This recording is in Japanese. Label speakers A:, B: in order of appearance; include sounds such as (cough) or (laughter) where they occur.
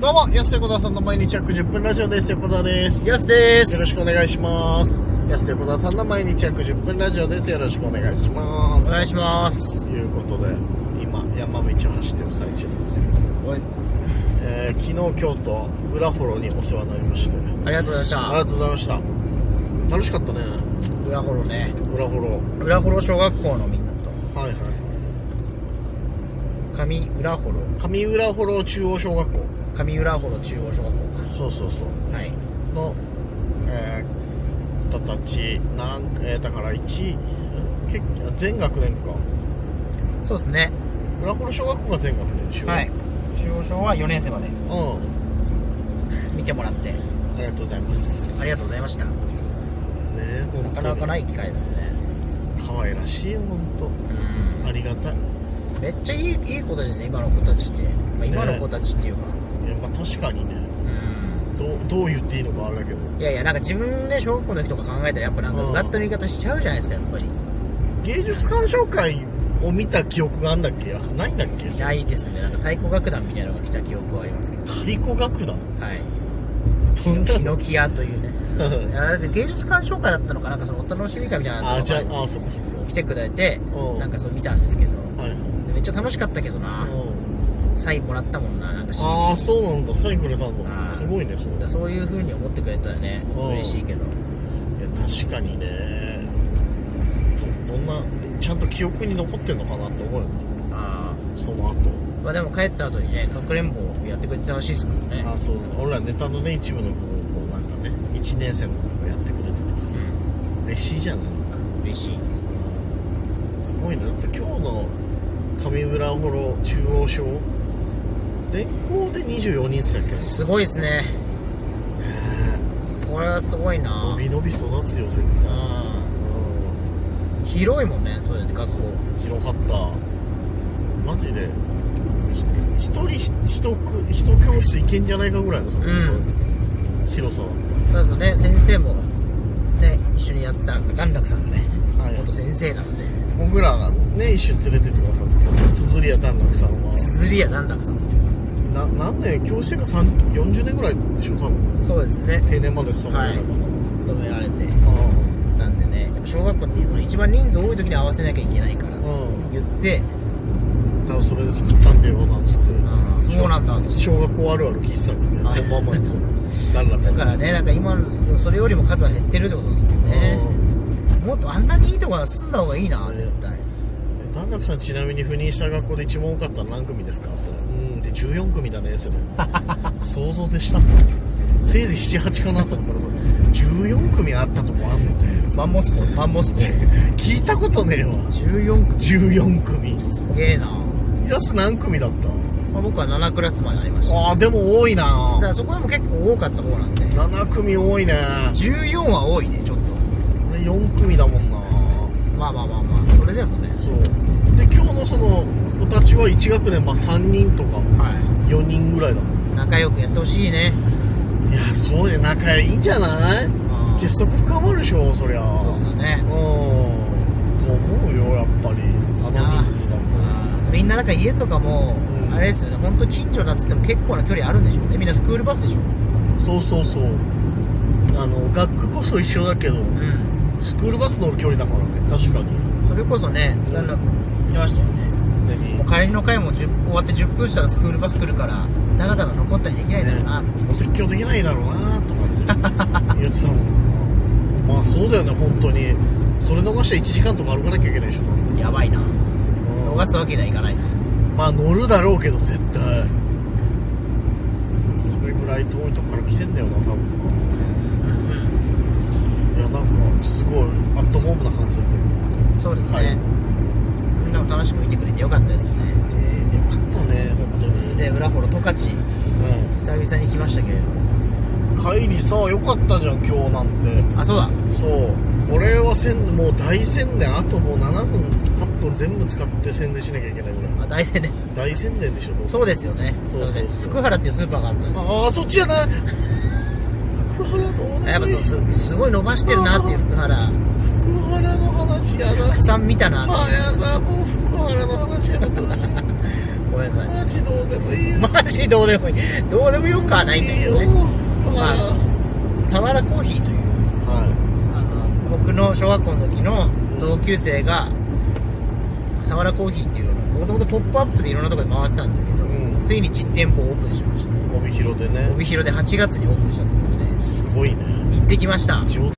A: どうも、安手小沢さんの毎日約10分ラジオです。横澤です。よ
B: やすです
A: ろしくお願いします。安手小沢さんの毎日約10分ラジオです。よろしくお願いしま
B: お願いします
A: す。ということで、今、山道を走ってる最中なんですけど、
B: おい
A: えー、昨日、今日と、裏フォローにお世話になりまして、
B: ありがとうございまし
A: ありが
B: た
A: とうございました。楽しかったね、
B: 裏幌ね
A: 裏フォロー。
B: 裏幌小学校のみんなと
A: はいはい。
B: 上裏幌
A: 上浦フォロー中央小学校。
B: 上裏幌中央小学校
A: そうそうそう。
B: かはい
A: の、えー人たちなん、えーだから1結全学年か
B: そうですね
A: 村幌小学校が全学年でしょ
B: はい中央小は4年生まで
A: うん
B: 見てもらって
A: ありがとうございます
B: ありがとうございましたな
A: ね本当に
B: かなかない機会だもんね
A: 可愛らしいよ本
B: うん
A: 当ありがたい
B: めっちゃいいいい子たちですね今の子たちって、まあ、今の子たちっていうか、
A: いやまあ確かにねどうどう言っていいのかあれだけど
B: うんいやいやなんか自分で小学校の時とか考えたらやっぱなんか
A: うん
B: うがった見方しちゃうじゃないですかやっぱり
A: 芸術鑑賞会を見た記憶があんだっけやすないんだっけ
B: じゃあいいですねなんか太鼓楽団みたいなのが来た記憶はありますけど
A: 太鼓楽団
B: はい
A: どんな
B: ヒノキ屋というねいやだって芸術鑑賞会だったのかなんかそのお楽しみ会みたいなの
A: (laughs) あじゃ
B: が
A: ああそこそこ
B: 来てくれて
A: うん
B: なんかそう見たんですけど
A: はいはい
B: めっちゃ楽しかったけどな
A: うん
B: サインもらったもんななんかし
A: ああそうなんだサインくれたん
B: あ
A: だ
B: ー
A: すごいねそれ
B: そういう風に思ってくれたらね
A: うん
B: 嬉しいけ
A: い
B: ど
A: や確かにねどどんなちゃんと記憶に残ってんのかなって思うよね
B: あ
A: その後
B: ーまあでも帰った後にねかくれんぼやってくれてたらしいですからね
A: あそうだね俺らネタのね一部の子をこうなんかね1年生の子とかやってくれてとかさ嬉しいじゃんないか
B: うん嬉しい
A: すごいねだって今日の上村幌中央小全校で24人っすよ今日
B: すごいですねこれはすごい
A: 伸
B: な
A: び伸び育つよ絶
B: う
A: 対うん
B: ん広いもんねそうやって学校
A: 広かったマジでひ一人ひ一く一教室いけんじゃないかぐらいのさ、
B: ん
A: 広さは
B: まずね先生もね一緒にやってた段落さんがね、
A: はい
B: 元先生なので
A: 僕らがね一緒に連れてってくださってさ綴りや段落さんは
B: すりや段落さん
A: な何年教師生が3 40年ぐらいでしょ多分
B: そうですね
A: 定年まで勤めてたから、
B: 勤められて
A: あ
B: なんでねやっぱ小学校ってその一番人数多い時に合わせなきゃいけないから
A: あうん
B: 言って
A: 多分それで作ったんだよなんつって
B: ああそうなんだって
A: 小学校あるある聞いてたみた
B: あ
A: いな本番前にそう
B: (laughs)
A: 段落
B: だ
A: さん
B: からねなんか今のそれよりも数は減ってるってことですもんねもっとあんなにいいとこは住んだ方がいいな絶対
A: え段落さんちなみに赴任した学校で一番多かったの何組ですか?」って言ったらうん」で14組だね」それ
B: (laughs)
A: 想像でしたせいぜい78かなと思ったらさ14組あったとこあんのね
B: マンモス校 (laughs) マンモス校
A: 聞いたことねえわ
B: 14組
A: 14組
B: すげえな、
A: やす何組だっ
B: まあ、僕は7クラスまでありましたた
A: ああでも多いな
B: だからそこでも結構多かった方なんで
A: 7組多いね
B: 14は多いねちょっ
A: 俺4組だもんな
B: とまあまあまあまあそれでもね
A: そうで今日のその子たちは1学年、まあ、3人とか
B: は
A: 4人ぐらいだもん
B: い仲良くやってほしいね
A: いやそうね仲いいんじゃない
B: あー
A: 結束深まるでしょそりゃ
B: そうっすよね
A: うんと思うよやっぱりあの人数だ
B: みんななんか家とかも、
A: うん
B: あれですよね本当近所だっつっても結構な距離あるんでしょうねみんなスクールバスでしょ
A: とそうそうそうあの学区こそ一緒だけど
B: うん
A: スクールバス乗る距離だからね確かに
B: それこそね旦那言いましたよねもう帰りの会も10終わって10分したらスクールバス来るからだらだら残ったりできないだろうなって、
A: ねお説教できないだろうなとかって言ってたもん
B: (laughs)
A: なまあそうだよね本当にそれ逃して1時間とか歩かなきゃいけないでしょ多分
B: やばいな逃すわけにはいかないな
A: まあ乗るだろうけど絶対それぐらい遠いとこから来てんだよな多分な
B: うん
A: いやなんかすごいアットホームな感じだったけど
B: そうですね、
A: はい
B: みんなも楽しく見てくれてよかったですね
A: ねえよかったね本当に、
B: で裏幌十勝久々に来ましたけれども
A: うん、帰りさよかったじゃん今日なん
B: あそうだ
A: てそうこれはせんもう大宣伝あともう7分8分全部使って宣伝しなきゃいけないぐらい
B: あ大宣伝
A: 大宣伝でしょどう
B: (laughs) そうですよね
A: そうそうそう
B: だからね福原っていうスーパーがあったんです
A: ああそっちやな福原どうだ
B: やっぱそうすすごい伸ばしてるなっていう福原
A: 福原の話や
B: た
A: な
B: くさん見た
A: あ
B: な
A: やだもう福原の話やめてほしい
B: ごめんなさい
A: マジどうでもいいよ
B: マジどうでもいいどうでもよくはないんだ
A: いい
B: け
A: よ
B: どね
A: ま
B: サワラコーヒーという
A: あは
B: あの僕の小学校の時の同級生がサワラコーヒーっていうのをもともと「ポップアップでいろんなところで回ってたんですけど、
A: うん
B: ついに実店舗をオープンしました
A: い帯広でね
B: 帯広で8月にオープンしたということです
A: ごいね
B: 行ってきました
A: 地元